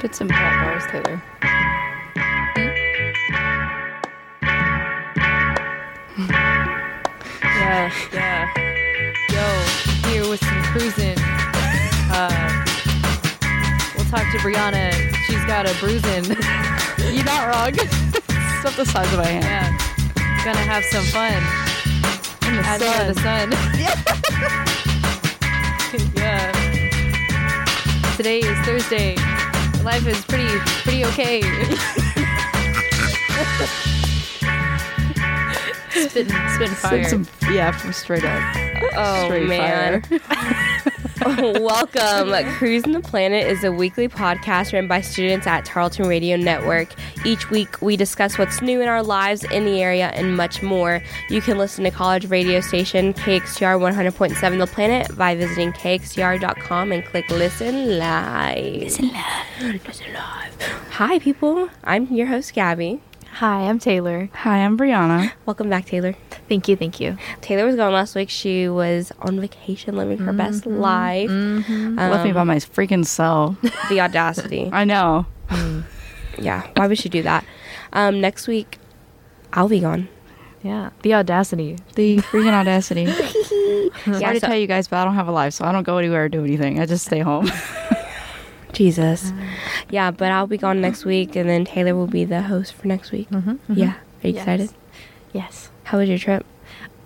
Put some pop bars, Taylor. yeah, yeah. Yo, here with some cruising. Uh, we'll talk to Brianna. She's got a bruising. You're not wrong. it's not the size of my hand. yeah, gonna have some fun. As for the sun. yeah. Today is Thursday. Life is pretty, pretty okay. spitting, spitting fire. It's a- yeah, from straight up. Oh straight man. fire. Welcome. Cruising the Planet is a weekly podcast run by students at Tarleton Radio Network. Each week we discuss what's new in our lives in the area and much more. You can listen to college radio station KXTR 100.7 The Planet by visiting kxtr.com and click listen live. Listen live. Listen live. Hi people. I'm your host Gabby. Hi, I'm Taylor. Hi, I'm Brianna. Welcome back Taylor. Thank you, thank you. Taylor was gone last week. She was on vacation living her best Mm-hmm. life. Um, Left Um, me by my freaking self. The audacity. I know. yeah why would she do that um next week i'll be gone Yeah, the audacity. The freaking audacity. Hmm. I yeah, already so- tell you guys, but I don't have a life, so I don't go anywhere or do anything. I just stay home. jesus Hmm. yeah but i'll be gone next week and then taylor will be the host for next week Mm-hmm, yeah are you Yes. excited Yes. how was your trip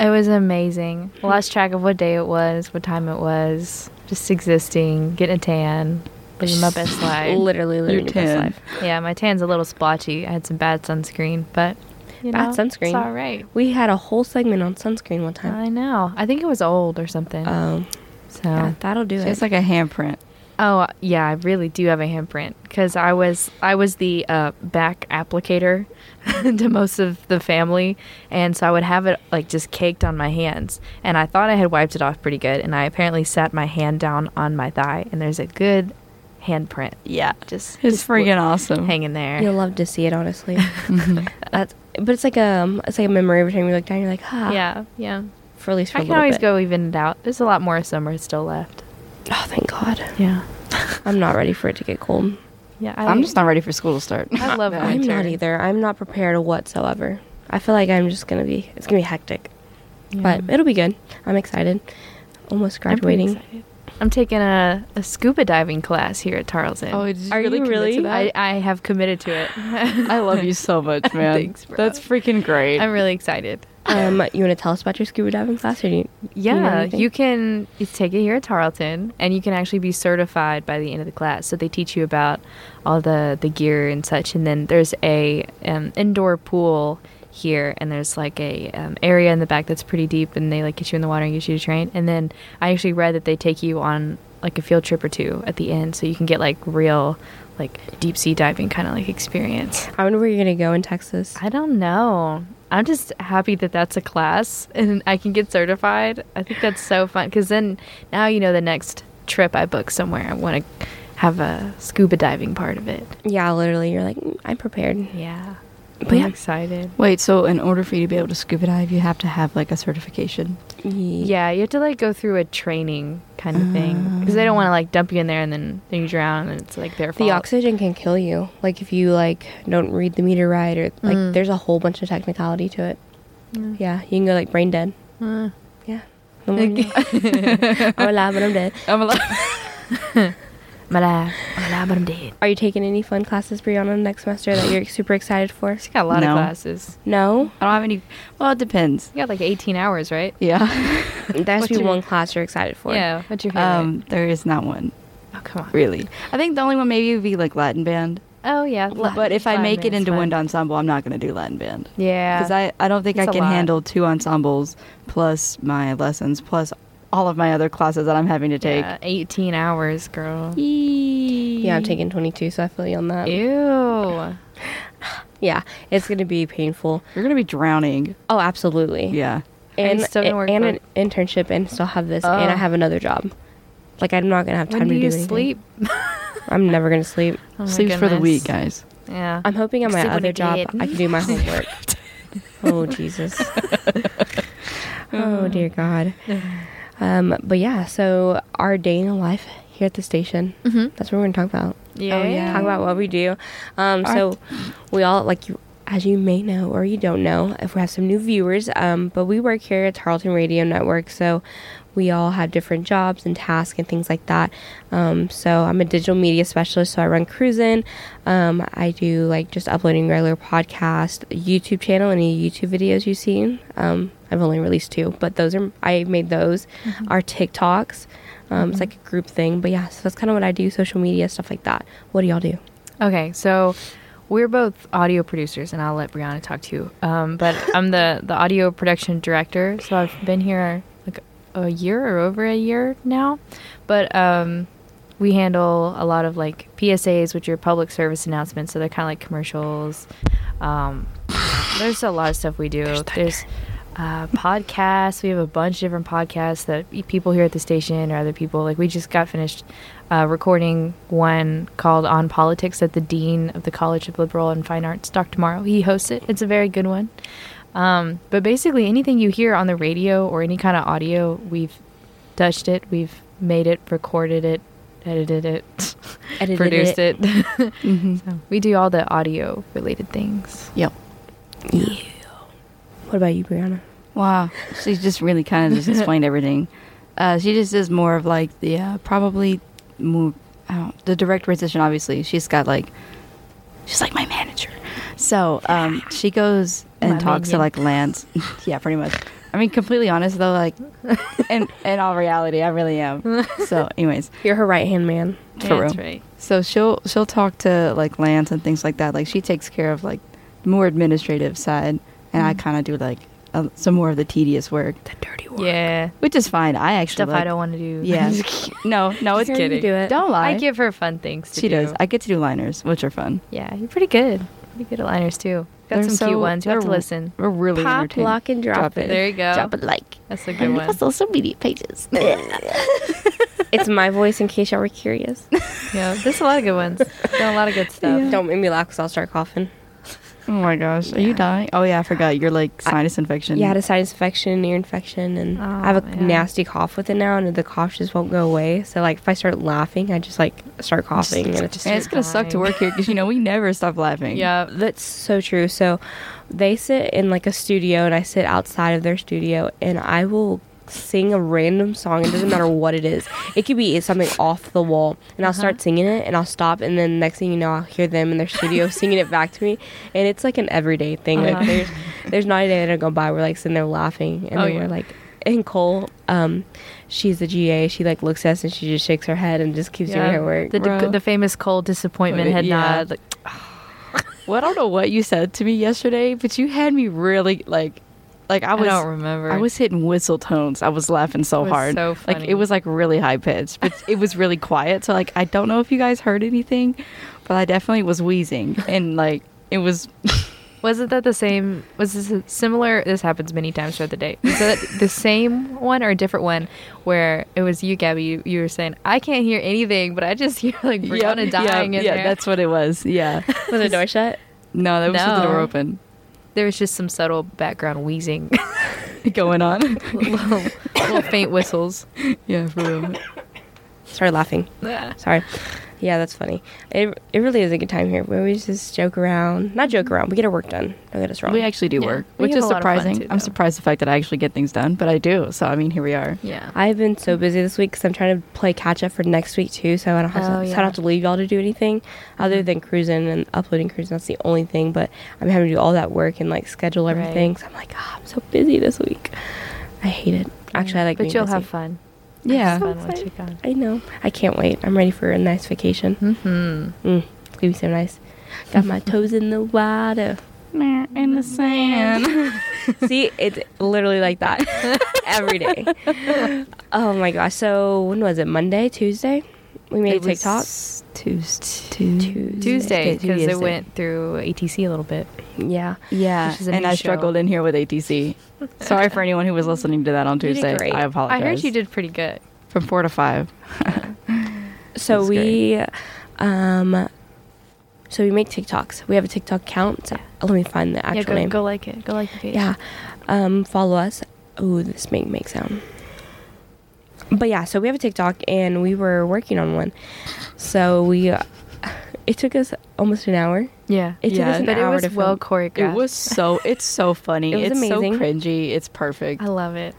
It was amazing. Lost track of what day it was, what time it was, just existing, getting a tan, living my best life. literally living your best life Yeah, my tan's a little splotchy. I had some bad sunscreen, but you Bad know, sunscreen? It's all right. we had a whole segment on sunscreen one time I know. I think it was old or something. Uh, um so yeah, that'll do it It's like a handprint. Oh yeah, I really do have a handprint because I was I was the uh, back applicator to most of the family, and so I would have it like just caked on my hands. And I thought I had wiped it off pretty good, and I apparently sat my hand down on my thigh, and there's a good handprint. Yeah, just It's just freaking awesome. hanging there. you'll love to see it honestly that's but it's like um it's like a memory every time you look down you're like ah Yeah, yeah. for at least for I a can little always bit. go even it out. There's a lot more summer still left. oh thank god Yeah, i'm not ready for it to get cold yeah. I, I'm just not ready for school to start. I love winter. I'm not either. I'm not prepared whatsoever. I feel like I'm just gonna be. It's gonna be hectic, but it'll be good. I'm excited. Almost I'm pretty graduating. excited. I'm taking a, a scuba diving class here at Tarleton. Oh, did Are you commit to really? that? I, I have committed to it. I love you so much, man. Thanks, bro. That's freaking great. I'm really excited. Um, you want to tell us about your scuba diving class, or do you? Yeah, anything? you can you take it here at Tarleton, and you can actually be certified by the end of the class. So they teach you about all the the gear and such, and then there's a um, indoor pool here, and there's like a um, area in the back that's pretty deep, and they like get you in the water and get you to train. And then I actually read that they take you on like a field trip or two at the end, so you can get like real like deep sea diving kind of like experience. I wonder where you're gonna go in Texas. I don't know. I'm just happy that that's a class and I can get certified. I think that's so fun because then now you know the next trip I book somewhere, I want to have a scuba diving part of it. Yeah, literally. You're like, "Mm, I'm prepared. Yeah. But I'm yeah. excited. Wait, so in order for you to be able to scuba dive, you have to have like a certification. Yeah. Yeah, you have to like go through a training kind of thing because they don't want to like dump you in there and then, then you drown and it's like their fault. The oxygen can kill you. Like if you like don't read the meter right, or like Mm. there's a whole bunch of technicality to it. Yeah, you can go like brain dead. Uh, Yeah. No more now. I'm alive, but I'm dead. Um, I'm like, I'm alive. I'm alive, but I'm dead. Are you taking any fun classes, Brianna, next semester that you're super excited for? She got a lot No. of classes. No, I don't have any. Well, it depends. You got like 18 hours, right? Yeah. there has to What's be your- one class you're excited for. Yeah. What's your favorite? Um, there is not one oh, come on. really. I think the only one maybe would be like Latin band. Oh, yeah. but if I Latin make it is into fun. wind ensemble, I'm not going to do Latin band. Yeah. Because I, I don't think It's I a can lot. handle two ensembles plus my lessons plus all of my other classes that I'm having to take. Yeah, 18 hours, girl. Yeah, I'm taking 22, so I feel you on that. Ew. Yeah, it's going to be painful. You're going to be drowning. Oh, absolutely. Yeah. And, I still don't work and for- an internship and still have this, and I Oh. have another job. Like, I'm not going to have time When do to you anything. sleep? I'm never going to sleep. Oh my Sleep for the goodness. week, guys. Yeah. I'm hoping on my Sleep when other you're job, dead. I can do my homework. oh, Jesus. oh, dear God. Um, but yeah, so our day in the life here at the station, that's what we're going to talk about. Yeah. Oh, yeah. Talk about what we do. Um, so we all like you, as you may know or you don't know, if we have some new viewers. Um, but we work here at Tarleton Radio Network, so we all have different jobs and tasks and things like that. Um, so I'm a digital media specialist, so I run Cruisin. Um, I do like just uploading regular podcast, YouTube channel, any YouTube videos you've seen. Um, I've only released two, but those are I made those. Our TikToks. Um, It's like a group thing, but yeah, so that's kind of what I do: social media stuff like that. What do y'all do? Mm-hmm. Okay, so we're both audio producers, and I'll let Brianna talk to you. Um, but I'm the the audio production director, so I've been here like a year or over a year now. But um, we handle a lot of like PSAs, which are public service announcements, so they're kind of like commercials. Um, there's a lot of stuff we do. There's, uh, podcasts. We have a bunch of different podcasts that e- people here at the station or other people like. We just got finished uh, recording one called "On Politics" that the dean of the College of Liberal and Fine Arts, Dr. Morrow, he hosts it. It's a very good one. Um, but basically, anything you hear on the radio or any kind of audio, we've touched it, we've made it, recorded it, edited it, Edited produced it. Mm-hmm. so we do all the audio related things. Yep. What about you, Brianna? Wow, she just really kind of just explained everything. Uh, she just is more of like the uh, probably move I don't, the direct position. Obviously, she's got like she's like my manager, so um, she goes and My talks to minion. like Lance. yeah, pretty much. I mean, completely honest though, like in in all reality, I really am. So, anyways, You're her right hand man. for real. So she'll she'll talk to like Lance and things like that. Like she takes care of like the more administrative side, and Mm-hmm. I kind of do like uh, some more of the tedious work, The dirty work. Yeah. which is fine. I actually Stuff I like- don't want to do. Yeah. no, no, it's Just kidding. Do it. Don't lie. I give her fun things to she do. does. I get to do liners, which are fun. yeah, you're pretty good. Pretty good at liners too. Got They're some so- cute ones. You have to they're- listen. We're really Pop, entertaining. lock, and drop, Drop it. it. There you go. Drop it like. That's a good one. social media pages. It's my voice in case y'all were curious. Yeah, there's a lot of good ones. Got a lot of good stuff. Don't make me laugh because I'll start coughing. oh my gosh, are you dying? Oh yeah, I forgot. You're like sinus infection. Yeah, I had a sinus infection, ear infection, and I Oh, have a yeah. nasty cough with it now, and the cough just won't go away. So like, if I start laughing, I just like start coughing, and it's just Man, it's gonna suck to work here because you know we never stop laughing. Yeah. that's so true. So they sit in like a studio, and I sit outside of their studio, and I will sing a random song. It doesn't matter what it is. It could be something off the wall, and I'll start Uh-huh. singing it, and I'll stop, and then next thing you know, I'll hear them in their studio singing it back to me, and it's like an everyday thing. Uh-huh. Like there's there's not a day that I go by we're like sitting there laughing, and Oh, then yeah. we're like. And Cole, um, she's the GA. She like looks at us and she just shakes her head and just keeps doing her work. The, bro. the famous cold disappointment Wait, head yeah. nod. Like, Well, I don't know what you said to me yesterday, but you had me really like, like I I, was. don't remember. I was hitting whistle tones. I was laughing so It was hard. so Like funny. it was like really high pitched, but it was really quiet. So like I don't know if you guys heard anything, but I definitely was wheezing and like it was Wasn't that the same? Was this a similar? This happens many times throughout the day. Is that the same one or a different one? Where it was you, Gabby. You, you were saying I can't hear anything, but I just hear like Brianna yeah, dying in yeah, there. that's what it was. Yeah. was the door shut? No, that was with the door No. open there was just some subtle background wheezing, going on. little, little faint whistles. yeah, for real. Started laughing. Sorry. Yeah, that's funny. It, it really is a good time here. where We just joke around. Not joke around. We get our work done. Don't get us wrong. We actually do Yeah. work, We which have is a lot of fun, surprising. too, I'm though. surprised the fact that I actually get things done, but I do. So I mean, here we are. Yeah. I've been so busy this week because I'm trying to play catch up for next week too. So I don't have, Oh, to, so I yeah. Mm-hmm. don't have to leave y'all to do anything other than cruising and uploading cruising. That's the only thing. But I'm having to do all that work and like schedule Right. everything. So I'm like, ah, I'm so busy this week. I hate it. Actually, I like. But being you'll busy. have fun. Yeah. Have fun once excited. you're gone. I know. I can't wait. I'm ready for a nice vacation. Mm-hmm. Mm, it's gonna be so nice. Got my toes in the water. In the sand. See, it's literally like that every day. Oh my gosh. So when was it? Monday, Tuesday? We made a TikTok. Tuesday. Tuesday because Tuesday. it went through ATC a little bit. yeah. Yeah, which is a and new I show. struggled in here with ATC. Sorry for anyone who was listening to that on did Tuesday. great. I apologize. I heard you did pretty good. from four to five. So That's we um so we make TikToks. We have a TikTok count. Oh, let me find the actual yeah, go, name. go like it. Go like the page. Yeah. Um, follow us. Oh, this may make sound. But yeah, so we have a TikTok and we were working on one. So we uh, It took us almost an hour. Yeah. It took Yeah, us an but it hour was to well film. choreographed. It was so it's so funny. It was it's amazing. so cringy. It's perfect. I love it.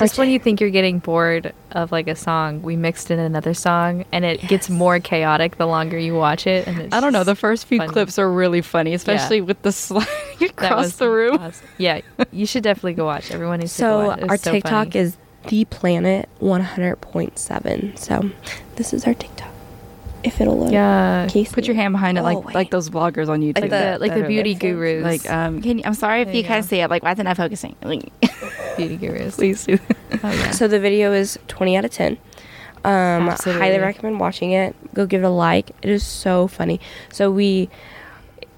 Our Just when ta- you think you're getting bored of like a song, we mixed in another song, and it gets more chaotic the longer you watch it. And it's I don't know. The first few funny. clips are really funny, especially with the slide that across was the room. awesome. Yeah, you should definitely go watch. Everyone needs to go So watch. It our was so TikTok funny. is the planet 100.7. So this is our TikTok. If it'll load. yeah, Casey. Put your hand behind it, Oh, like wait. like those vloggers on YouTube. like the, like the that are beauty that's it. gurus, Like, uh, um, can you, I'm sorry if There you you can't go. see it. Like, why isn't I focusing? Like, beauty gurus. please do. Oh yeah. So the video is 20 out of 10. Um, Absolutely. highly recommend watching it. Go give it a like. It is so funny. So we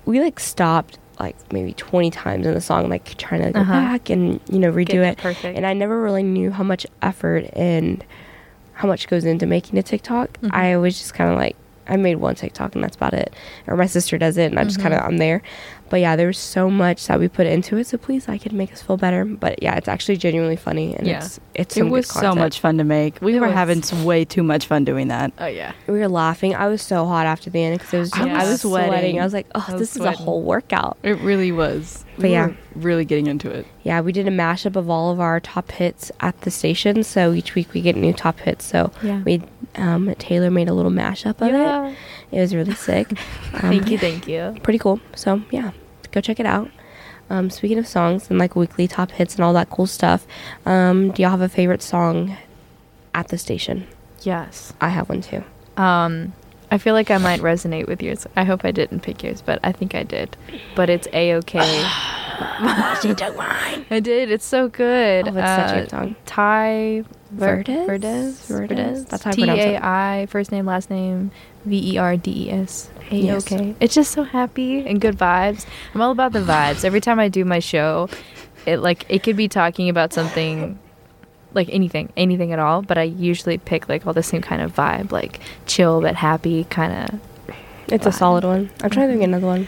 we like stopped like maybe 20 times in the song like trying to go Uh-huh. back and you know redo Get it. it perfect. And I never really knew how much effort and how much goes into making a TikTok. Mhm. I was just kind of like I made one TikTok and that's about it. Or my sister does it and I just Mhm. kind of I'm there. But yeah, there was so much that we put into it. So please like it, make us feel better. But yeah, it's actually genuinely funny and Yeah. it's it's it some good was so content. much fun to make. We It were was. having s- way too much fun doing that. oh yeah. We were laughing. I was so hot after the end because it was. I I was, was sweating. sweating. I was like, oh, I was this is a sweating. whole workout. It really was. But yeah. were really getting into it. Yeah, we did a mashup of all of our top hits at the station. So each week we get new top hits. So Yeah. we um, Taylor made a little mashup of Yeah. it. It was really sick. Um, thank you, thank you. Pretty cool. So yeah, go check it out. Um, speaking of songs and like weekly top hits and all that cool stuff, um, do y'all have a favorite song at the station? Yes. I have one too. Um, I feel like I might resonate with yours. I hope I didn't pick yours, but I think I did. But it's a okay. she took mine. I did. It's so good. Oh, it's such a good song. Ty Ver- Verdes? Verdes. Verdes? That's how I T pronounce it. A I first name last name V E R D E S A O Yes. K. It's just so happy and good vibes. I'm all about the vibes. Every time I do my show, it like it could be talking about something like anything, anything at all, but I usually pick like all the same kind of vibe, like chill but happy kind of It's a solid one. I'm trying to think of another one.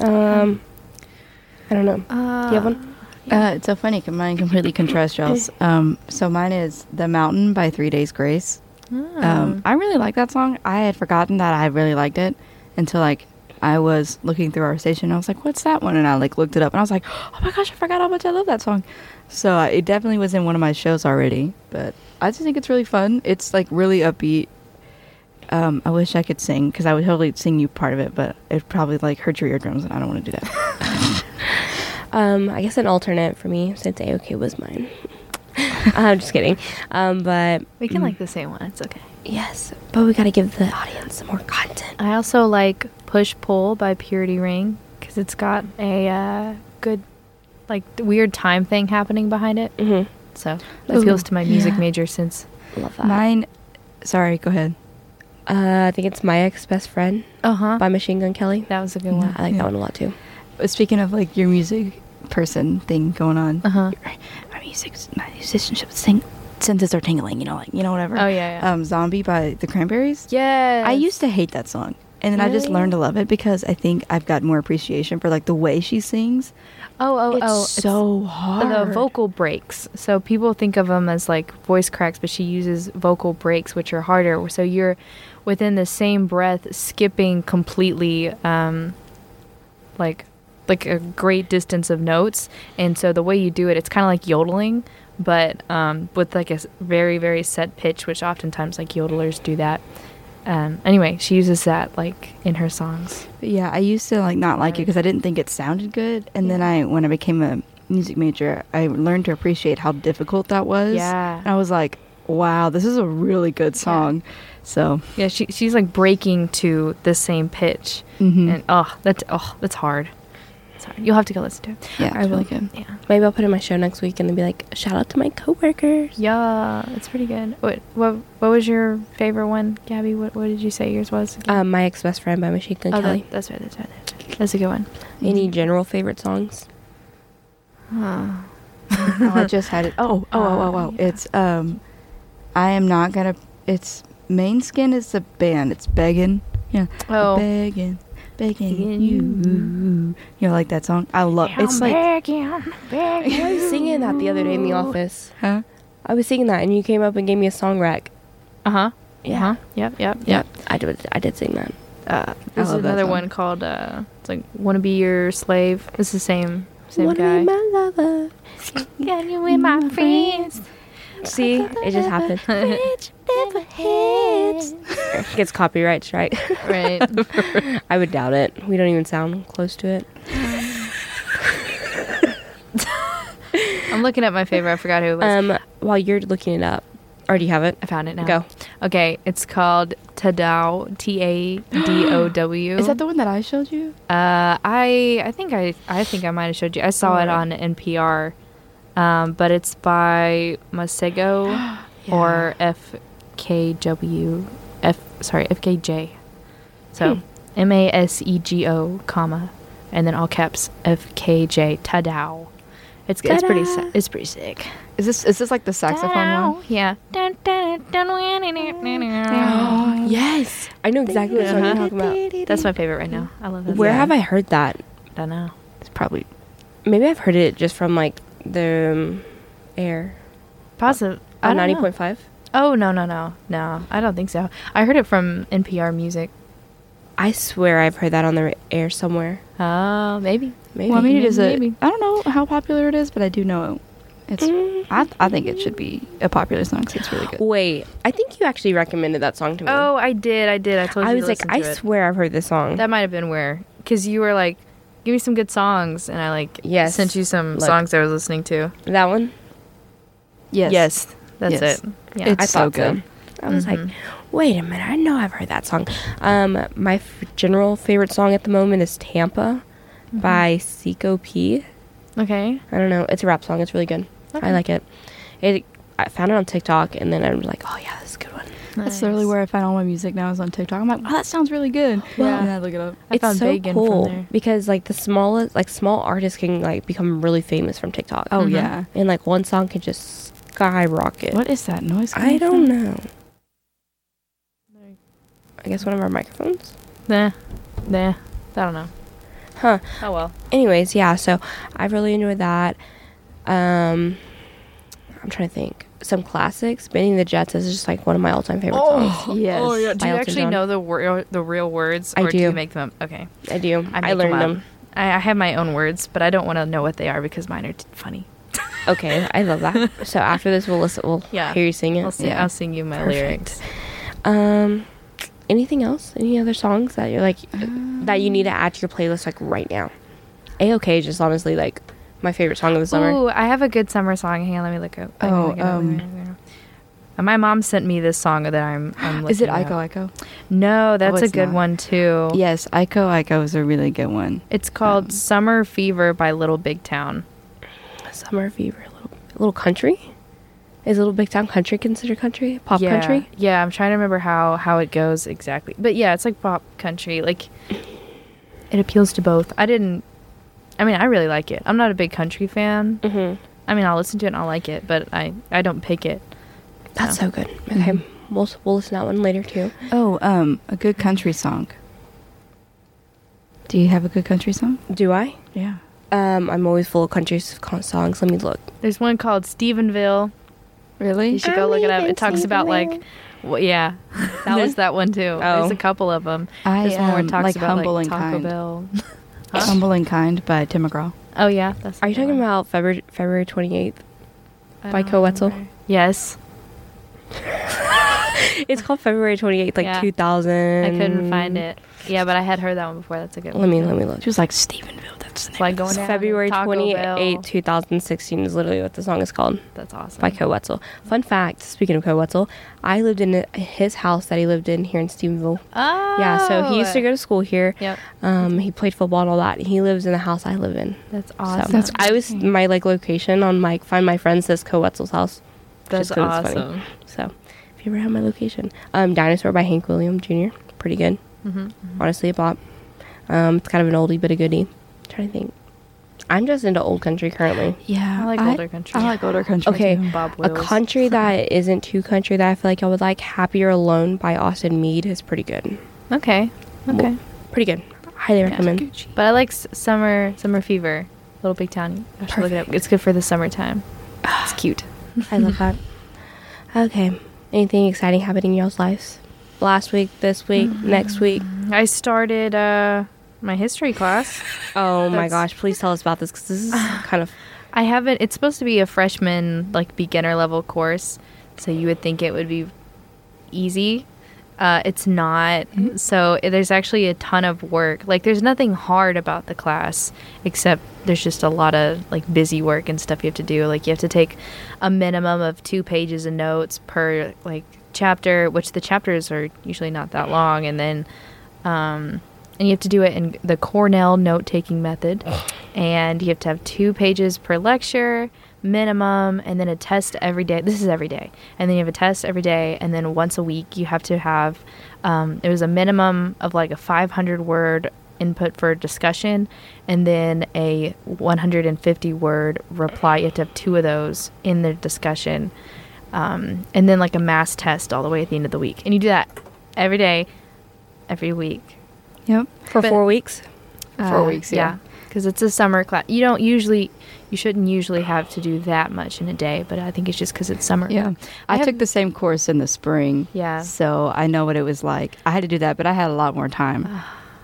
Um, I don't know. uh, Do you have one? Uh, it's so funny. 'cause Mine completely contrasts y'all's. Um, so mine is "The Mountain" by Three Days Grace. Ah. Um, I really like that song. I had forgotten that I really liked it until like I was looking through our station. And I was like, "What's that one?" And I like looked it up, and I was like, "Oh my gosh, I forgot how much I love that song." So uh, it definitely was in one of my shows already. But I just think it's really fun. It's like really upbeat. Um, I wish I could sing because I would totally sing you part of it, but it probably like hurt your eardrums, and I don't want to do that. Um, I guess an alternate for me since AOK was mine. I'm just kidding. Um, but we can like the same one. It's okay. yes, but we gotta give the audience some more content. I also like Push Pull by Purity Ring because it's got a uh, good, like, weird time thing happening behind it. Mm-hmm. So that appeals to my music yeah. major since. Love that. Mine. Sorry, go ahead. uh, I think it's my ex best friend Uh Uh-huh. huh. by Machine Gun Kelly. That was a good Yeah. one. I like that one a lot too. Uh, Speaking of like your music person thing going on, Uh-huh. my music, my musicianship sing, senses are tingling. You know, like you know whatever. Oh, yeah, yeah. Um, Zombie by the Cranberries. Yes. I used to hate that song, and then I just Really? learned to love it because I think I've got more appreciation for like the way she sings. Oh, oh, it's oh. so the- hard. The vocal breaks. So people think of them as like voice cracks, but she uses vocal breaks, which are harder. So you're within the same breath, skipping completely, um, like like a great distance of notes. And so the way you do it, it's kind of like yodeling, but um, with like a s- very very set pitch, which oftentimes like yodelers do that. Um, anyway, she uses that like in her songs. But yeah, I used to like not like it because I didn't think it sounded good, and then I when I became a music major, I learned to appreciate how difficult that was. Yeah. and I was like, wow, this is a really good song. So Yeah, she, she's like breaking to the same pitch, Mhm. and oh, that's oh, that's hard. Sorry, you'll have to go listen to it. Yeah, I it's will. really good. Yeah, Maybe I'll put it in my show next week and then be like, shout out to my coworkers. yeah, it's pretty good. What what what was your favorite one, Gabby? What what did you say yours was? again? Um, my ex best friend by Machine Gun oh, Kelly. that, that's right. That's right. That's, right. that's a good one. Any general favorite songs? Oh. oh, I just had it. Oh, oh, oh, oh, oh. yeah. It's um, I am not gonna. It's Main Skin is the band. It's begging. Yeah. Oh. Begging, begging Begging you. You know, like that song. I love. It's like. I was singing that the other day in the office. Huh? I was singing that, and you came up and gave me a song rack. Uh huh. Yeah. Yep. Yep. Uh-huh. I did. I did sing that. Uh, this is love that another song. one called uh, it's like "Wanna Be Your Slave." It's the same same Wanna be guy. my lover. Can you be my friends? See, it just happens. Gets copyright strike. right. I would doubt it. We don't even sound close to it. I'm looking at my favorite. I forgot who it was. Um, while you're looking it up, or do you have it? I found it now. Go. Okay, it's called Tadaw. T A D O W. Is that the one that I showed you? Uh, I I think I I think I might have showed you. I saw it on NPR, um, but it's by Masego or FKW F sorry FKJ. Hmm. So M A S E G O comma and then all caps FKJ Tadao. It's it's pretty si- it's pretty sick. Is this is this like the saxophone one? Yeah. Yes, I know exactly what song you're talking about. That's my favorite right now. I love that. Where song. have I heard that? I don't know. It's probably Maybe I've heard it just from like the um, air Positive. on ninety point five. Oh no no no no! I don't think so. I heard it from NPR Music. I swear I've heard that on the ra- air somewhere. Oh, maybe. Maybe. Well, I mean, it is a. Maybe. uh, I don't know how popular it is, but I do know it's. Mm. I I think it should be a popular song 'cause it's really good. Wait, I think you actually recommended that song to me. Oh, I did. I did. I told you. I to was like, listen to I it. swear I've heard this song. that might have been where, because you were like, give me some good songs, and I like Yes. sent you some Look. songs I was listening to. that one? Yes. that's Yes. it. Yeah. Mm-hmm. It's I so thought so. good. I was like, wait a minute, I know I've heard that song. Um, my f- general favorite song at the moment is Tampa by Seco P. Mm-hmm. okay. I don't know. It's a rap song. It's really good. I Okay. like it. It. I found it on TikTok, and then I'm like, oh yeah, that's a good one. That's literally where I find all my music now is on TikTok. I'm like, wow, that sounds really good. Yeah. And I look it up. I it's found so Bacon from cool there. because like the smallest, like small artists can like become really famous from TikTok. Oh Mhm. yeah. and like one song can just skyrocket. What is that noise? I coming don't from? know. I guess one of our microphones. Nah, nah. I don't know. Huh. Oh well. anyways, yeah, so I really enjoyed that. Um I'm trying to think. Some classics. Bending the Jets is just like one of my all time favorite songs. Yes. Oh yeah. Do By you Elton actually John. know the wor- the real words, I or do. you make them? Okay. I do. I, make learned up. them. I, I have my own words, but I don't want to know what they are because mine are t- funny. Okay, I love that. so after this we'll listen we'll Yeah. hear you sing I'll it. sing, Yeah. I'll sing you my Perfect. lyrics. Um anything else? Any other songs that you're like that you need to add to your playlist like right now? A okay just honestly like my favorite song of the summer. Ooh, I have a good summer song. Hang on, let me look up. let me Oh, look it up, let me um, look it up. Uh, my mom sent me this song that I'm. I'm Is it looking Ico up. Ico? No, Oh, that's a it's good not. one too. Yes, Ico Ico is a really good one. It's Um, called "Summer Fever" by Little Big Town. Summer fever, a little a little country. Is little big town country considered country? Pop yeah. country? Yeah, I'm trying to remember how how it goes exactly. But yeah, it's like pop country. Like it appeals to both. I didn't. I mean, I really like it. I'm not a big country fan. Mhm. I mean, I'll listen to it and I'll like it, but I I don't pick it. That's so good. Okay, Mm-hmm. we'll we'll listen to that one later too. Oh, um, a good country song. Do you have a good country song? Do I? Yeah. Um, I'm always full of country s- con- songs. Let me look. There's one called Stephenville. Really? You should go look it up. It talks about like, wh- yeah, that was that one too. Oh. There's a couple of them. I There's one where it um, talks like about Humble and like Taco Kind. Bell. Humble and Kind by Tim McGraw. Oh yeah, that's. Are you the talking one. about February February 28th? I by don't Co Wetzel? remember. Yes, It's called February 28th, like Yeah. 2000. I couldn't find it. Yeah, but I had heard that one before. That's a good. Um, Let one. me let me look. She was like Stephenville. That's the name. It's like going It's down to February Taco 28th, Bell. 2016 is literally what the song is called. That's awesome. by Co Wetzel. Fun fact, speaking of Co Wetzel, I lived in his house that he lived in here in Stephenville. Oh. Yeah, so he used to go to school here. Yep. Um, he played football and all that. He lives in the house I live in. That's So, awesome. That's I was crazy. my like location on my find my friends says Co Wetzel's house. That's just 'cause it's funny. awesome. So if you ever have my location, um, Dinosaur by Hank William Jr. Pretty good, hmm honestly. A bop. Um, it's kind of an oldie but a goodie. I'm trying to think. I'm just into old country currently. Yeah. I like older country. I like older country. Okay, too. Bob A Wills. country that isn't too country that I feel like I would like. Happier Alone by Austin Mead is pretty good. Okay. Okay. Pretty good. Highly recommend. But I like s- summer summer fever, little big town. I should look it up. It's good for the summertime. It's cute. I love that. Okay. Anything exciting happening in y'all's lives? Last week, this week, next week? I started uh, my history class. Oh my That's- gosh, please tell us about this because this is kind of I haven't. It's supposed to be a freshman, like beginner level course, so you would think it would be easy. Uh, it's not. So i- there's actually a ton of work. Like there's nothing hard about the class, except there's just a lot of like busy work and stuff you have to do. Like you have to take a minimum of two pages of notes per like chapter, which the chapters are usually not that long, and then. Um, and you have to do it in the Cornell note taking method. And you have to have two pages per lecture, minimum, and then a test every day. This is every day. And then you have a test every day. And then once a week, you have to have, um, it was a minimum of like a 500 word input for discussion, and then a 150 word reply. You have to have two of those in the discussion. Um, and then like a mass test all the way at the end of the week. And you do that every day, every week Yep. for But- four weeks. Four weeks, yeah. because it's a summer class. You don't usually, you shouldn't usually have to do that much in a day, but I think it's just because it's summer. Yeah. I, have- took the same course in the spring. Yeah. So I know what it was like. I had to do that, but I had a lot more time.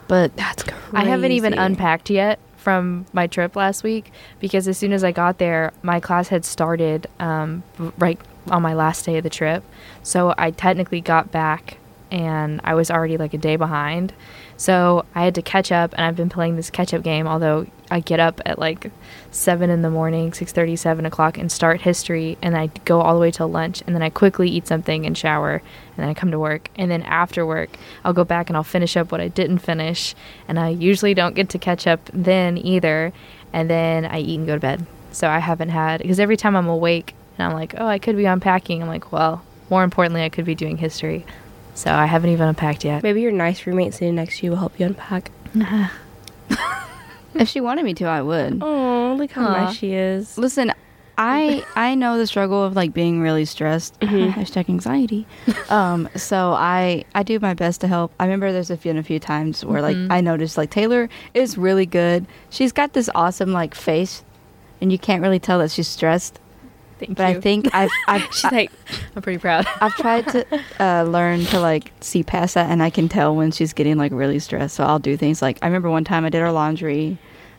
But that's crazy. I haven't even unpacked yet from my trip last week because as soon as I got there, my class had started um, r- right on my last day of the trip. So I technically got back and I was already like a day behind. So I had to catch up and I've been playing this catch up game, although I get up at like seven in the morning, six thirty, seven o'clock and start history and I go all the way till lunch and then I quickly eat something and shower and then I come to work and then after work I'll go back and I'll finish up what I didn't finish and I usually don't get to catch up then either and then I eat and go to bed. So I haven't had because every time I'm awake and I'm like, "Oh, I could be unpacking." I'm like, "Well, more importantly, I could be doing history." So I haven't even unpacked yet. Maybe your nice roommate sitting next to you will help you unpack. If she wanted me to, I would. Oh, look how Aw. nice she is. Listen, I I know the struggle of like being really stressed. Mm-hmm. Hashtag anxiety. um, so I I do my best to help. I remember there's a few and a few times where like Mm-hmm. I noticed like Taylor is really good. She's got this awesome like face, and you can't really tell that she's stressed. Thank But you. I think I've I've, she's like, "I'm pretty proud." I've tried to uh, learn to like see past that, and I can tell when she's getting like really stressed. So I'll do things like I remember one time I did her laundry.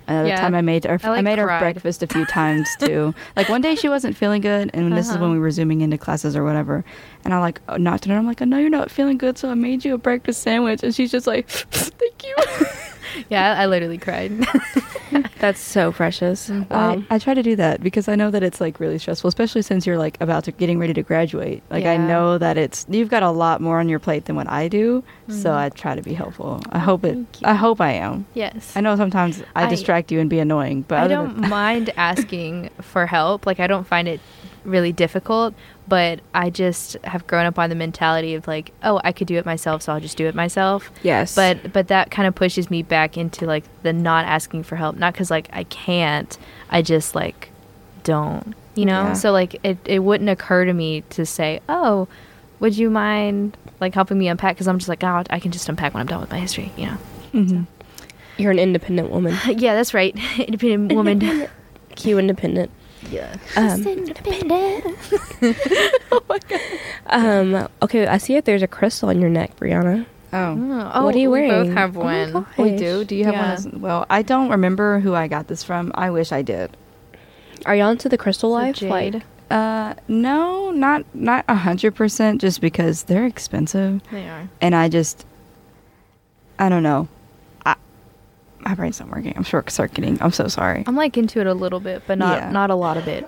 Another Yeah. time I made her, I, I, like, made cried. her breakfast a few times too. like one day she wasn't feeling good, and this is Uh-huh. when we were zooming into classes or whatever. And I like knocked on her. I'm like, I know you're not feeling good, so I made you a breakfast sandwich. And she's just like, Thank you. yeah, I, I literally cried. That's so precious. Um, Wow. I, I try to do that because I know that it's like really stressful, especially since you're like about to getting ready to graduate. Like I Yeah. know that it's you've got a lot more on your plate than what I do, so Mhm. I try to be helpful. I hope it. thank you. I hope I am. yes. I know sometimes I, I- distract you and be annoying, but I other don't than- mind asking for help. Like I don't find it really difficult, but I just have grown up on the mentality of like, oh, I could do it myself, so I'll just do it myself. yes. But but that kind of pushes me back into like the not asking for help, not cuz like I can't. I just like don't, you know? Yeah. So like it it wouldn't occur to me to say, "Oh, would you mind like helping me unpack?" Because I'm just like, oh, I can just unpack when I'm done with my history, you know. Mhm. you're an independent woman. yeah, that's right. Independent woman. Q independent. yeah. Oh Um, okay, I see if there's a crystal on your neck, Brianna. Oh. Oh, What are you we wearing? both have Oh my one. gosh. We do. Do you have one? Yeah. As, well, I don't remember who I got this from. I wish I did. Are you onto the crystal life? jade. Like, Uh, no, not not a hundred percent. Just because they're expensive. They are. and I just, I don't know. I, my brain's not working. I'm short circuiting. I'm so sorry. I'm like into it a little bit, but not Yeah. not a lot of it.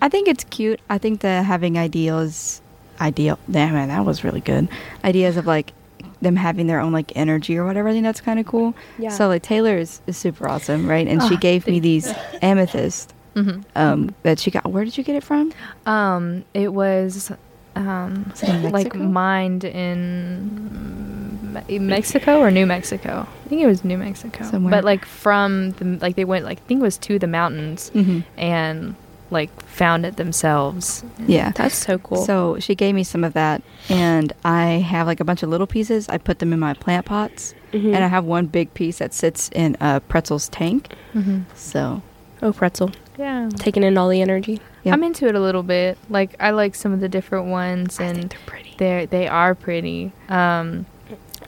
I think it's cute. I think that having ideals, ideal. Damn man, that was really good. Ideas of like them having their own like energy or whatever. I think that's kind of cool. Yeah. So like Taylor is, is super awesome, right? And she Oh, gave me thank these amethyst Mhm. um, that she got. Where did you get it from? Um, it was um Is it in like Mexico? mined in Me- Mexico or New Mexico. I think it was New Mexico. Somewhere. But like from the like they went like I think it was to the mountains Mhm. and like found it themselves. Yeah. That's so cool. So she gave me some of that, and I have like a bunch of little pieces. I put them in my plant pots, Mhm. and I have one big piece that sits in a pretzel's tank. Mm-hmm. So oh, pretzel. Yeah. Taking in all the energy. yeah. I'm into it a little bit. Like I like some of the different ones, and they're pretty. they're they are pretty. Um,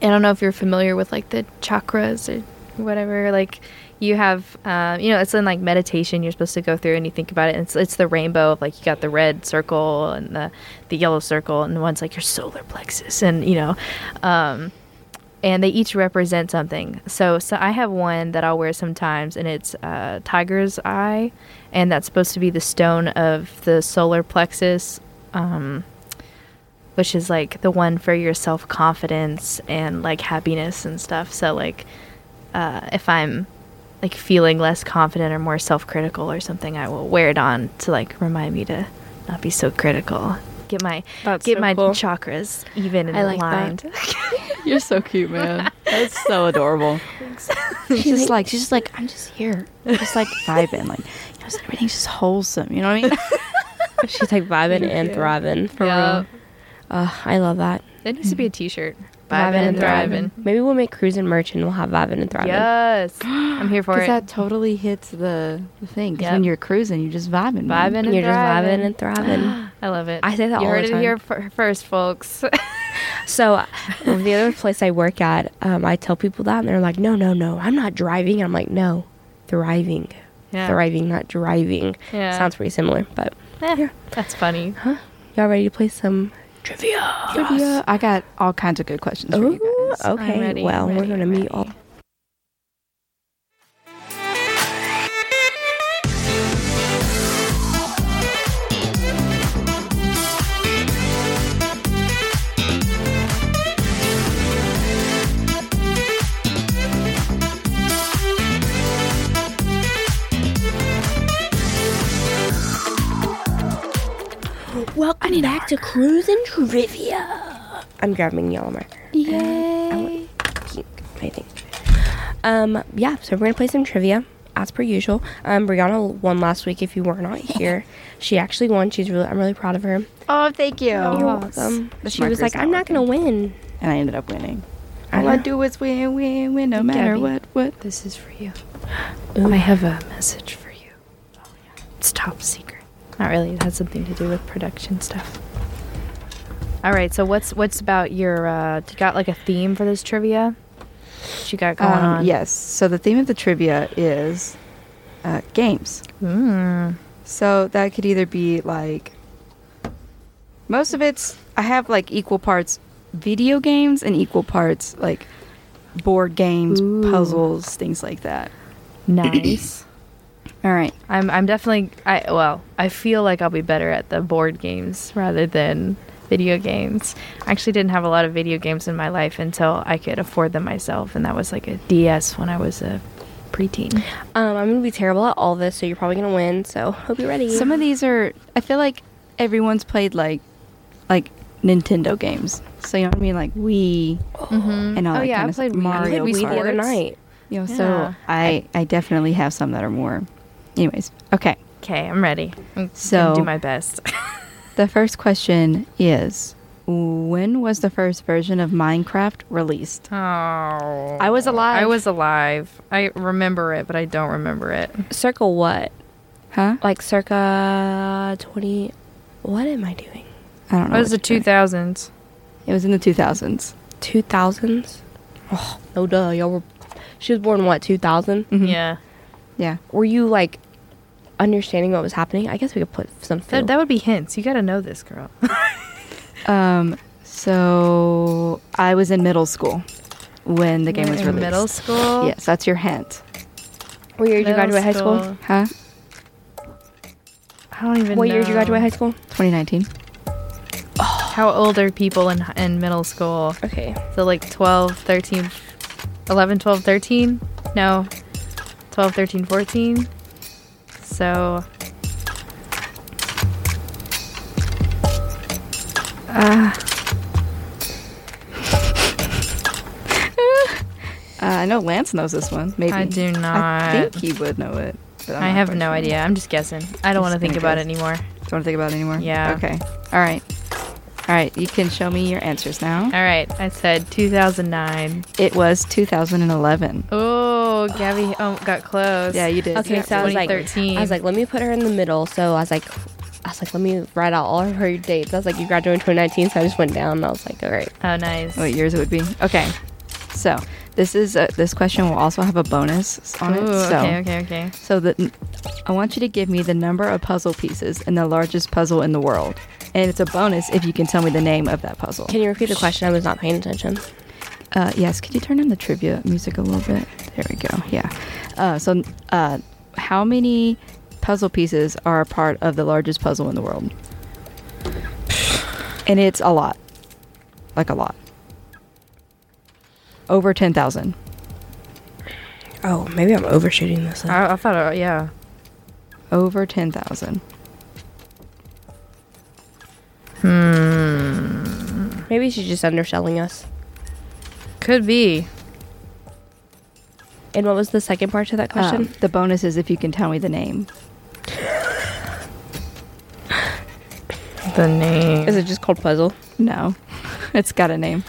I don't know if you're familiar with like the chakras or whatever. Like you have, um, you know, it's in like meditation. You're supposed to go through and you think about it. And it's it's the rainbow of like you got the red circle and the the yellow circle, and the one's like your solar plexus, and you know, um, and they each represent something. So so I have one that I'll wear sometimes, and it's uh, tiger's eye, and that's supposed to be the stone of the solar plexus. Um, which is like the one for your self confidence and like happiness and stuff. So like, uh, if I'm like feeling less confident or more self critical or something, I will wear it on to like remind me to not be so critical. Get my That's get so my cool. chakras even and I like aligned. You're so cute, man. That's so adorable. She's just like she's just like I'm just here, I'm just like vibing, like you know, everything's just wholesome. You know what I mean? She's like vibing and thriving for Yeah. real. Uh, I love that. That needs to be a T-shirt. Vibin' Maybe we'll make cruising merch and we'll have vibing and thriving. Yes, I'm here for Because it. that totally hits the, the thing. 'Cause when Yep. you're cruising, you're just vibing, man. Vibing and You're just thriving. vibing and thriving. I love it. I say that you all heard the it time. here fir- first, folks. So uh, the other place I work at, um, I tell people that and they're like, no, no, no, I'm not driving. I'm like, no, thriving. Yeah. Thriving, not driving. Yeah. Sounds pretty similar, but Eh, That's funny. y'all ready to play some trivia? Trivia. I got all kinds of good questions for you Ooh, guys. okay. I'm ready, well, I'm we're ready, gonna I'm meet all. ready. Welcome back to Cruise and Trivia. I'm grabbing yellow marker. I Yay. want pink, I think. Um, yeah, so we're gonna play some trivia as per usual. Um, Brianna won last week. If you were not here, she actually won. She's really, I'm really proud of her. Oh, thank you. You're welcome. But she was marker's like, not I'm not gonna win. And I ended up winning. I All I know. do is win, win, win, no matter Gabby. what, what. This is for you. I have a message for you. It's top secret. Not really. It has something to do with production stuff. All right. So what's what's about your? Uh, you got like a theme for this trivia? What you got going Um, on? Yes. So the theme of the trivia is uh, games. Mm. So that could either be like most of it's I have like equal parts video games and equal parts like board games, Ooh. puzzles, things like that. Nice. All right. I'm I'm definitely I well I feel like I'll be better at the board games rather than video games. I actually didn't have a lot of video games in my life until I could afford them myself, and that was like a DS when I was a preteen. Um, I'm gonna be terrible at all this, so you're probably gonna win. So hope you're ready. Some of these are I feel like everyone's played like like Nintendo games. So you know what I mean like Wii and all Oh, that yeah, kind I of played Wii. I I Mm-hmm. played Mario Wii the Kart. other night. You know, Yeah. so I I definitely have some that are more anyways. Okay. Okay, I'm ready. I'm So- gonna do my best. The first question is when was the first version of Minecraft released? oh, I I was alive. I was alive. I remember it, but I don't remember it. Circa what? Huh? Like circa 20. What am I doing? I don't know. It was the what you're doing. 2000s. It was in the 2000s. 2000s. Oh, no, duh. Y'all were. She was born what? 2000. Mhm. Yeah, Yeah. Were you like understanding what was happening? I guess we could put some. that, fiddle. that would be hints. You got to know this girl. Um so I was in middle school when the game was in released. middle school. Yes, that's your hint. what year did you Middle graduate high school? Huh? I don't even. What year did you know. graduate high school? 2019. How old are people in in middle school? Okay. So like 12, 13, 11, 12, 13? No. 12, 13, 14. So Uh, I know Lance knows this one. Maybe. I do I not. think he would know it. but I'm I not have quite no sure. idea. I'm just guessing. I Just don't want to think gonna about it guess. anymore. Don't want to think about it anymore. Yeah. Okay. All right. All right. You can show me your answers now. All right, I said 2009. It was 2011. Oh, Gabby oh, got close. Yeah, you did. Okay, Yeah, so I was like, 2013. I was like, let me put her in the middle. So I was like, I was like, let me write out all of her dates. I was like, you graduated in 2019, so I just went down. And I was like, all right. Oh, nice. what yours it would be. Okay. So this is a, this question will also have a bonus on it. Ooh, So okay, okay, okay. so the I want you to give me the number of puzzle pieces in the largest puzzle in the world, and it's a bonus if you can tell me the name of that puzzle. Can you repeat the question? I was not paying attention. Uh, yes, could you turn on the trivia music a little bit? There we go. Yeah. Uh, so, uh, how many puzzle pieces are a part of the largest puzzle in the world? And it's a lot. Like a lot. Over 10,000. Oh, maybe I'm overshooting this. I, I thought, uh, yeah. Over 10,000. Maybe she's just underselling us. Could be. And what was the second part to that Oh. question? Um, the bonus is if you can tell me the name. The name. Is it just called puzzle? No, it's got a name.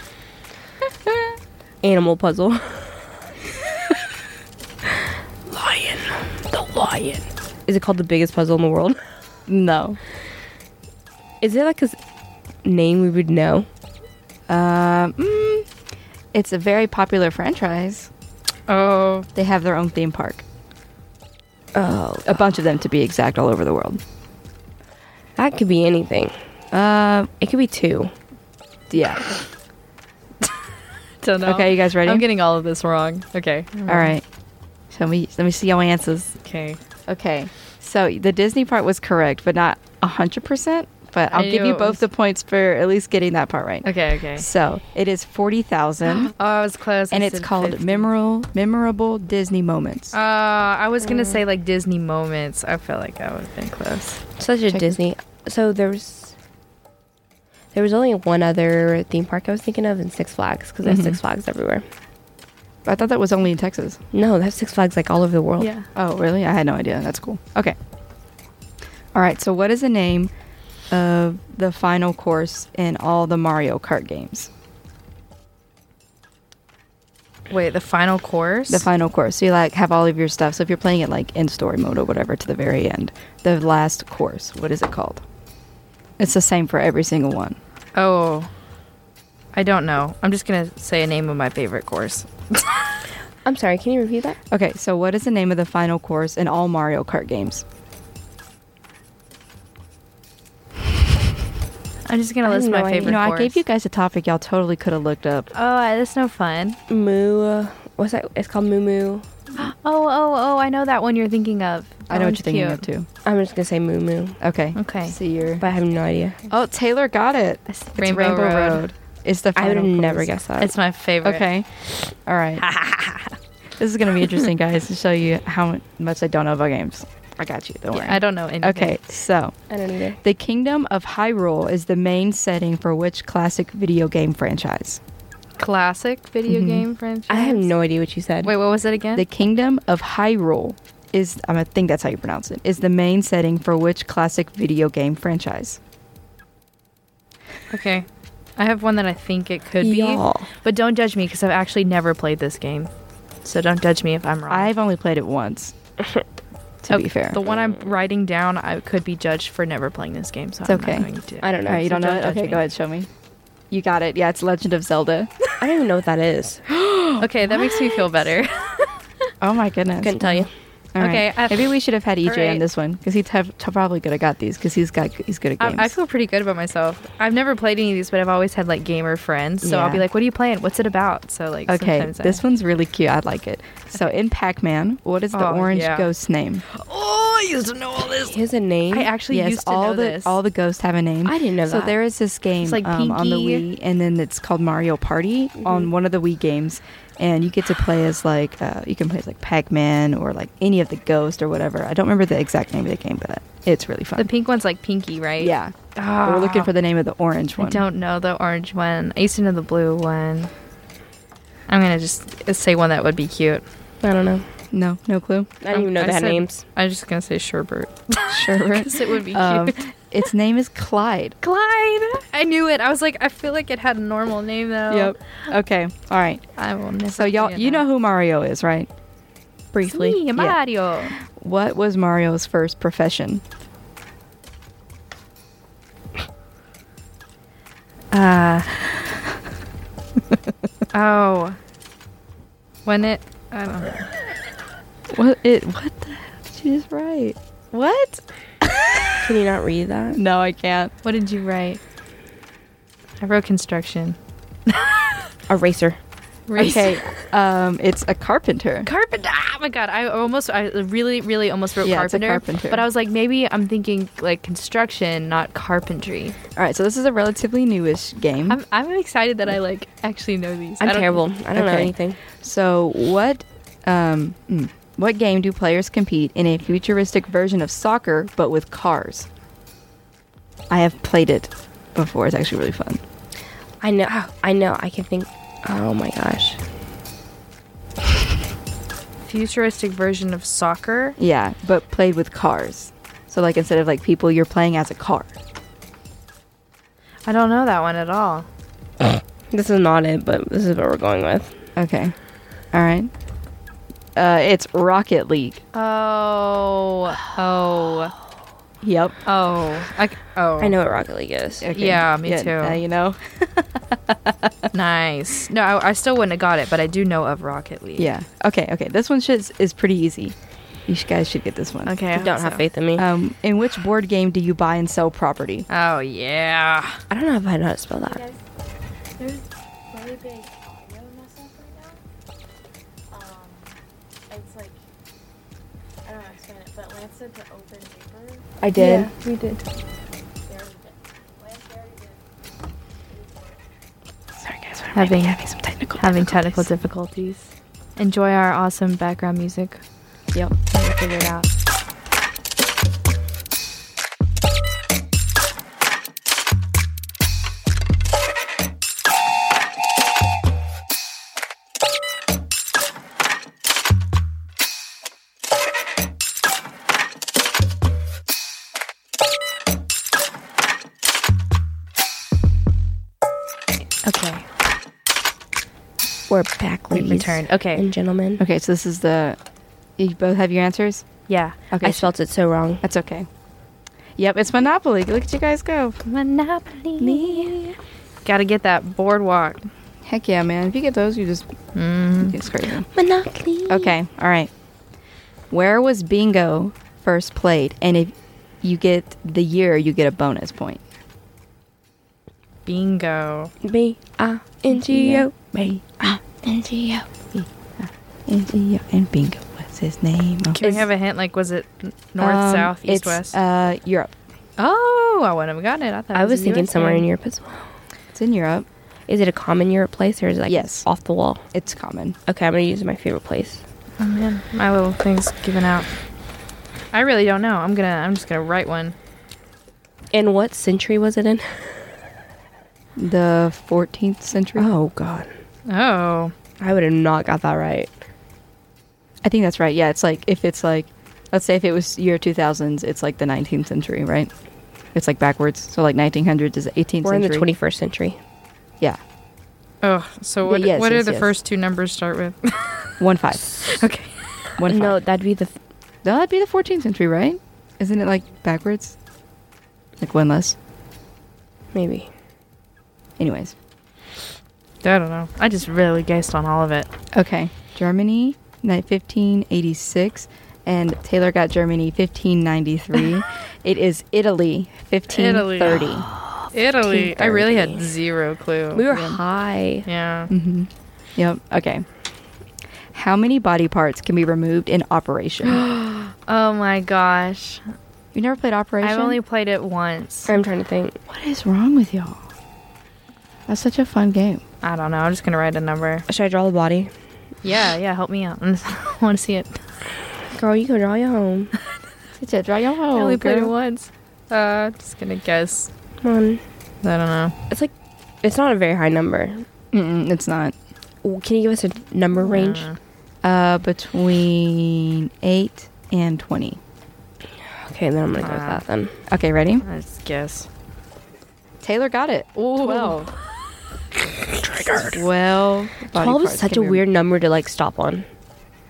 Animal puzzle. lion. The lion. Is it called the biggest puzzle in the world? No. Is it like a s- name we would know? Um, mm, it's a very popular franchise. Oh. They have their own theme park. Oh, a bunch of them to be exact all over the world that could be anything. uh It could be two. yeah Don't know. okay you guys ready I'm getting all of this wrong. Okay. all right so let me let me see your answers Okay. okay so the disney part was correct but not 100% but i'll I give knew you it was- both the points for at least getting that part right Okay, okay. so it is 40000 Oh, I was close. I and it's said called 50. memorable memorable disney moments Uh, I was gonna say like Disney moments. I feel like I would have been close. Such a Check- Disney. So there was there was only one other theme park I was thinking of, and Six Flags, because there's Mhm. Six Flags everywhere. i thought that was only in texas No, there's Six Flags like all over the world. oh really i had no idea that's cool okay all right so what is the name of the final course in all the mario kart games Wait, the final course. the final course. So you like have all of your stuff. So if you're playing it like in story mode or whatever to the very end, the last course, what is it called? It's the same for every single one. oh, I don't know. I'm just gonna say a name of my favorite course. I'm sorry. Can you repeat that? Okay, so what is the name of the final course in all Mario Kart games? I'm just gonna I list have my no idea. favorite. You know, I course. gave you guys a topic y'all totally could have looked up. Oh, I- that's no fun. Moo. What's that? It's called Moo Moo. Oh, oh, oh! I know that one you're thinking of. I That know what one's you're thinking Oh, cute. of too. I'm just gonna say Moo Moo, Okay. Okay. See your. but I have no idea. Oh, Taylor got it. It's It's Rainbow, Road. It's the. I would final have never course. guessed that. It's my favorite. Okay. All right. this is gonna be interesting, guys, to show you how much I don't know about games. I got you. Don't worry. I don't know anything. Okay, so I don't either. the Kingdom of Hyrule is the main setting for which classic video game franchise? Classic video Mhm. game franchise. I have no idea what you said. Wait, what was it again? The Kingdom of Hyrule is I think that's how you pronounce it. Is the main setting for which classic video game franchise? okay. I have one that I think it could be. Y'all. But don't judge me because I've actually never played this game. So don't judge me if I'm wrong. I've only played it once. To Oh, be fair. The one I'm writing down, I could be judged for never playing this game. So It's I'm okay. not going to. I don't know. All right, you So don't know don't it? judge Okay, me. go ahead, show me. You got it. Yeah, it's Legend of Zelda. I don't even know what that is. Okay, that makes me feel better. oh my goodness. Couldn't tell you. All right. Okay, uh, I- Maybe we should have had EJ on right. this one because he'd have, probably could have got these because he's got he's good at games. Um, I, I feel pretty good about myself. I've never played any of these, but I've always had like gamer friends. So I'll Yeah. be like, "What are you playing? What's it about?" So like, Okay, sometimes this I, one's really cute. I like it. So in Pac-Man, what is the Oh, orange yeah. ghost's name? Oh, He has a name. I actually used to all know the this. all the ghosts have a name. I didn't know so that. there is this game It's like um, on the Pinky. Mm-hmm. Wii, and then it's called Mario Party on one of the Wii games, and you get to play as like uh, you can play as like Pac-Man or like any of the ghosts or whatever. I don't remember the exact name of the game, but it's really fun. the pink one's like pinky, right? yeah, But we're looking Ah. for the name of the orange one. I don't know the orange one. I used to know the blue one. I'm gonna just say one that would be cute. I don't know. No, no clue. Um, I don't even know I they had said- names. I'm just gonna say sherbert. Sherbert. 'Cause it would be cute. Um, its name is Clyde. Clyde. I knew it. I was like, I feel like it had a normal name though. Yep. Okay. All right. I will never. So y'all, forget you that. know who Mario is, right? Briefly. Sí, Mario. What was Mario's first profession? Uh, oh, When it, I don't know. What it? What the? Hell? She's right. What? Can you not read that? No, I can't. What did you write? I wrote construction. Eraser. Okay. Um, it's a carpenter. Carpenter. Oh my god! I almost, I really, really almost wrote Yeah, it's a carpenter, carpenter. But I was like, maybe I'm thinking like construction, not carpentry. All right. So this is a relatively newish game. I'm, I'm excited that I like actually know these. I'm I don't- terrible. I don't know Okay. anything. So what? Um, mm, what game do players compete in a futuristic version of soccer but with cars? I have played it before. It's actually really fun. I know. I know. I can think. Oh my gosh. Futuristic version of soccer. Yeah, but played with cars. So like instead of like people, you're playing as a car. I don't know that one at all. This is not it, but this is what we're going with. Okay. All right. Uh, it's Rocket League. Oh, oh, Yep. oh, I, c- oh. I know what Rocket League is. Yeah, me too. Now uh, you know. Nice. No, I, I still wouldn't have got it, but I do know of Rocket League. Yeah. Okay. Okay. This one should, is pretty easy. You sh- guys should get this one. Okay. I You don't hope have so. faith in me. Um, in which board game do you buy and sell property? Oh yeah. I don't know if I know how to spell that. There's really big audio mess up right now. Um, it's like I don't know how to explain it, but Lance said to open paper. I did. There we go. Lance very good. Sorry, guys. We're having Having- having some technical Having technical difficulties. Enjoy our awesome background music. Yep. We'll figure it out. Okay, We're back, we've ladies returned. Okay, and gentlemen. Okay. So this is the. You both have your answers. yeah. Okay. I spelt it so wrong. That's okay. Yep. It's Monopoly. Look at you guys go. Monopoly. Gotta get that boardwalk. Heck yeah, man. If you get those, you just Mm-hmm. it's crazy. Monopoly. Okay, all right. Where was bingo first played? And if you get the year, you get a bonus point. Bingo. B I N G O. B. Ah, And, yeah, and bingo. What's his name? Oh. Can we have a hint? Like, was it n- north, Um, south, east, it's, west? Uh, Europe. oh, I wouldn't have gotten it. I thought I it was a thinking USA. somewhere in Europe as well. It's in Europe. Is it a common Europe place or is it like Yes. off the wall? It's common. Okay, I'm gonna use my favorite place. Oh man, my little thing's giving out. I really don't know. I'm gonna. I'm just gonna write one. And what century was it in? The 14th century. Oh God, Oh, I would have not got that right. I think that's right. Yeah, it's like if it's like, let's say if it was year 2000s, it's like the 19th century, right? It's like backwards. So like 1900s is 18th We're in century. the 21st century. Yeah, oh. So what? yes, what yes, do the yes. first two numbers start with? one five. okay. One five. No, that'd be the. F- No, that'd be the 14th century, right? Isn't it like backwards? Like one less? maybe. Anyways. I don't know. I just really guessed on all of it. Okay. Germany, ni- 1586. And Taylor got Germany 1593. it is Italy 1530. Italy. I really had 1530. zero clue. We were high. Yeah. hmm Yep. Okay. How many body parts can be removed in Operation? Oh my gosh. you never played Operation? I've only played it once. I'm trying to think. What is wrong with y'all? That's such a fun game. I don't know. I'm just gonna write a number. Should I draw the body? Yeah, yeah. Help me out. I want to see it. Girl, you can draw your home. It's a dry y'all I only played it girl. once. Uh, just gonna guess. Come on. I don't know. It's like, it's not a very high number. Mm-mm, it's not. Well, Can you give us a number range? Uh, between eight and twenty. Okay, then I'm gonna go with Uh, that then. Okay, ready? I just guess. Taylor got it. Ooh. Twelve. Twelve. body Twelve is parts such a can be- weird number to like stop on.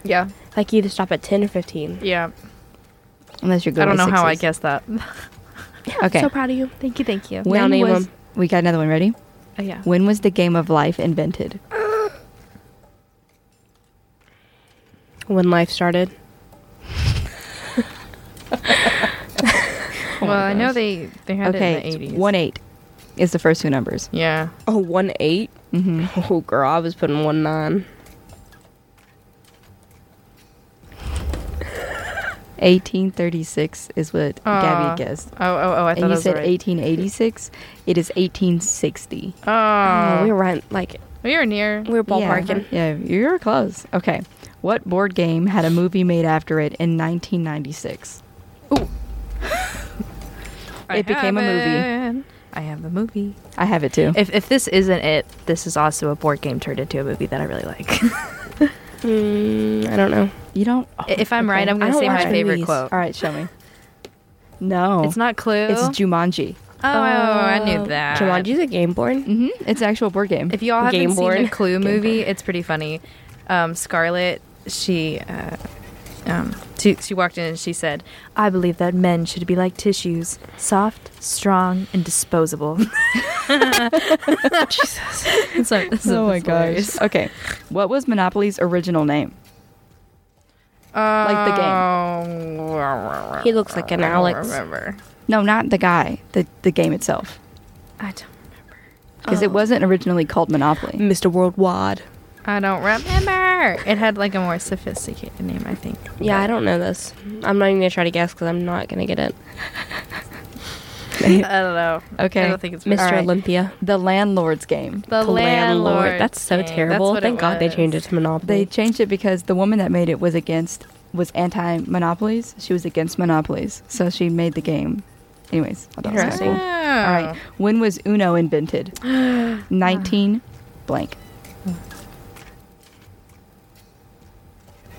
Yeah. Like you either stop at ten or fifteen. Yeah. Unless you're good. I don't know with how I sixes. guessed that. Oh, Okay. So proud of you. Thank you. Thank you. When Now name was- 'em. We got another one. Ready? Oh, yeah. When was the game of life invented? when life started. well, I know they they had it Okay, in the 80s. one eight is the first two numbers. Yeah. Oh, one eight. Mm-hmm. Oh, girl, I was putting one nine. Eighteen thirty six is what Aw. Gabby guessed, Oh, oh, oh! I thought and I you was said right. eighteen eighty six. It is eighteen sixty. Oh, Oh, we we, were were, right. Like we were near. we were ballparking. Yeah, yeah you're close. Okay, what board game had a movie made after it in nineteen ninety six? I It became a movie. haven't- I have a movie. I have it too. If if this isn't it, this is also a board game turned into a movie that I really like. Mm, I don't know. you don't. if I'm right, I'm I gonna don't say my watch favorite movies. quote. All right, show me. No, It's not Clue. It's Jumanji. oh, I knew that. Jumanji's a game board. hmm It's an actual board game. If you all haven't Game seen board. the Clue Game movie, it's pretty funny. Um, Scarlett, she, uh, um, she, she walked in and she said, "I believe that men should be like tissues, soft, strong, and disposable." Jesus. So, so oh my gosh. it's hilarious. Okay, what was Monopoly's original name? Like the game. He looks like an Alex. Oh. I don't remember. No, not the guy. The the game itself, I don't remember. because it wasn't originally called Monopoly. Mr. Worldwide. I don't remember. It had like a more sophisticated name, I think. Yeah, I don't know this. I'm not even gonna try to guess because I'm not gonna get it. I don't know. Okay. I don't think it's Mr. right. Olympia. The landlord's game. The, landlord. That's so game. That's terrible. what Thank God they was. changed it to Monopoly. They changed it because the woman that made it was against was anti monopolies. She was against monopolies, so she made the game. Anyways, I thought it was Interesting. cool. All right. When was Uno invented? Nineteen blank.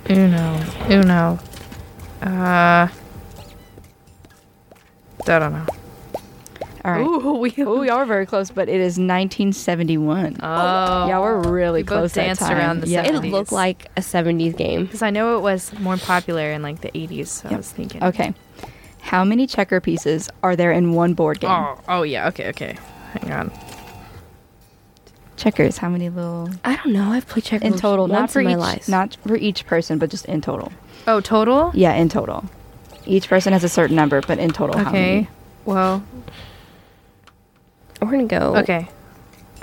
Uno. Uno. Uh, I don't know. All right. Ooh, we Ooh, y'all were very close, but it is 1971. Oh. y'all were really We both close. that danced time. around the yeah. it 70s. looked like a 70s game. Because I know it was more popular in like the 80s, so Yep. I was thinking. Okay. How many checker pieces are there in one board game? Oh, oh yeah. Okay, okay. Hang on. Checkers. How many little I don't know. I've played checkers in total? not once for in my each. life. Not for each person, but just in total. Oh, total? Yeah, in total. Each person has a certain number, but in total, how Okay. many? Well, We're gonna go. Oh. okay.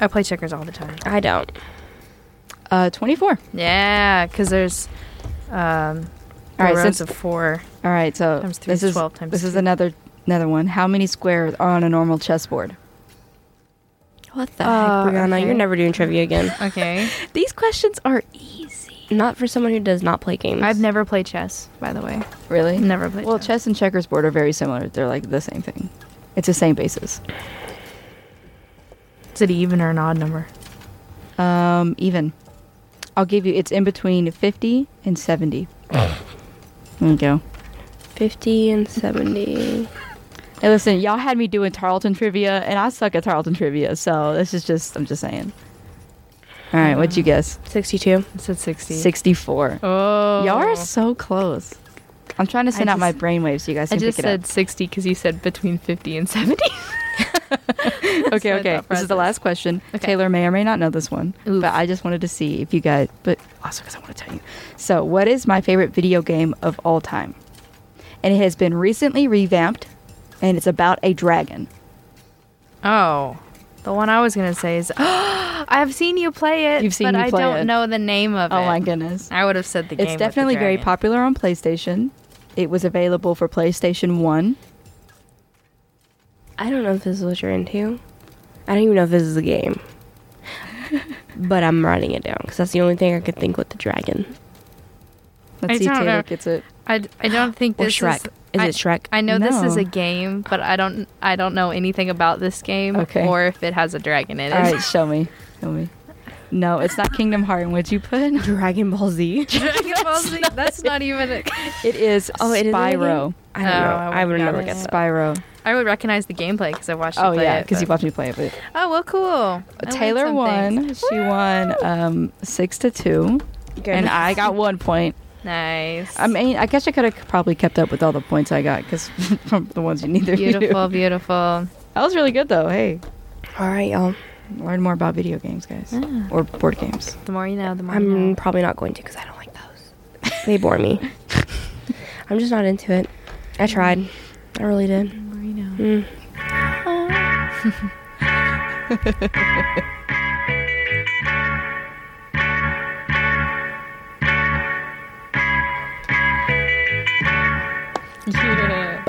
I play checkers all the time. I don't. Uh, 24. Yeah, because there's um, All right, rows since- of four. All right, so Times three this is is 12 times this is two. another another one. How many squares are on a normal chessboard? What the Uh, heck, Brianna? okay. You're never doing trivia again. Okay. These questions are easy. Not for someone who does not play games. I've never played chess, by the way. Really? Never played Well, chess. chess and checkers board are very similar. They're like the same thing. It's the same basis. Is it even or an odd number? Um, even. I'll give you. It's in between 50 and 70. there you go. 50 and 70. Hey, listen, y'all had me doing Tarleton trivia, and I suck at Tarleton trivia. So this is just. I'm just saying. All right, what'd you Uh, guess? 62. It said 60. 64. Oh. Y'all are so close. I'm trying to send out my just- brainwaves so you guys I can just pick it said 60 because you said between 50 and 70. up. Okay, my okay. thought This is the process. last question. Okay. Taylor may or may not know this one, Oof. but I just wanted to see if you guys. But also because I want to tell you. So, what is my favorite video game of all time? And it has been recently revamped, and it's about a dragon. Oh. The one I was going to say is I've seen you play it, You've seen but me I play don't it. know the name of it. Oh my goodness! I would have said the game. It's with the definitely very dragon. popular on PlayStation. It was available for PlayStation One. I don't know if this is what you're into. I don't even know if this is a game. but I'm writing it down because that's the only thing I could think with the dragon. Let's I see if don't Taylor know. gets it. I, d- I don't think Or this Shrek. Is I, it Shrek? I know this is No. a game, but I don't I don't know anything about this game Okay. or if it has a dragon in it. All right, show me. Show me. No, it's not Kingdom Heart. What'd you put? Dragon Ball Z? Dragon Ball Z, that's not even a, It is Oh, it is in the Spyro. I Oh, don't know. I I would would've never gotten get it. that. Spyro. I would recognize the gameplay because I watched you Oh play yeah, it, because you but- watched me play it. But Oh well, cool. I learned Taylor some won. things. She won um, six to two, and I got one point. Nice. I mean, I guess I could have probably kept up with all the points I got because from the ones you neither of you beautiful, knew. beautiful. That was really good though. Hey, All right, y'all. learn more about Ah. video games, guys, or board games. The more you know, the more. you I'm know. probably not going to because I don't like those. They bore me. I'm just not into it. I tried. I really did. Marina. Mm. Yeah.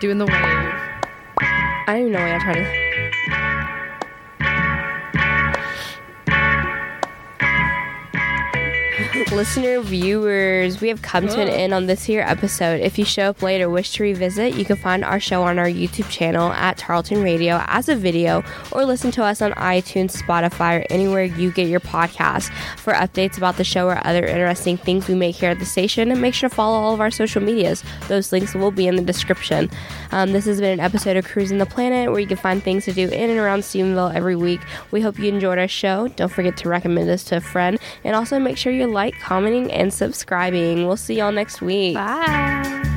Doing the wave. I don't even know why I tried to. Listener viewers, we have come to an end on this here episode. If you show up late or wish to revisit, you can find our show on our YouTube channel at Tarleton Radio as a video or listen to us on iTunes, Spotify, or anywhere you get your podcast. For updates about the show or other interesting things we make here at the station, and make sure to follow all of our social medias. Those links will be in the description. Um, this has been an episode of Cruising the Planet where you can find things to do in and around Stephenville every week. We hope you enjoyed our show. Don't forget to recommend us to a friend and also make sure you like, commenting, and subscribing. We'll see y'all next week. Bye.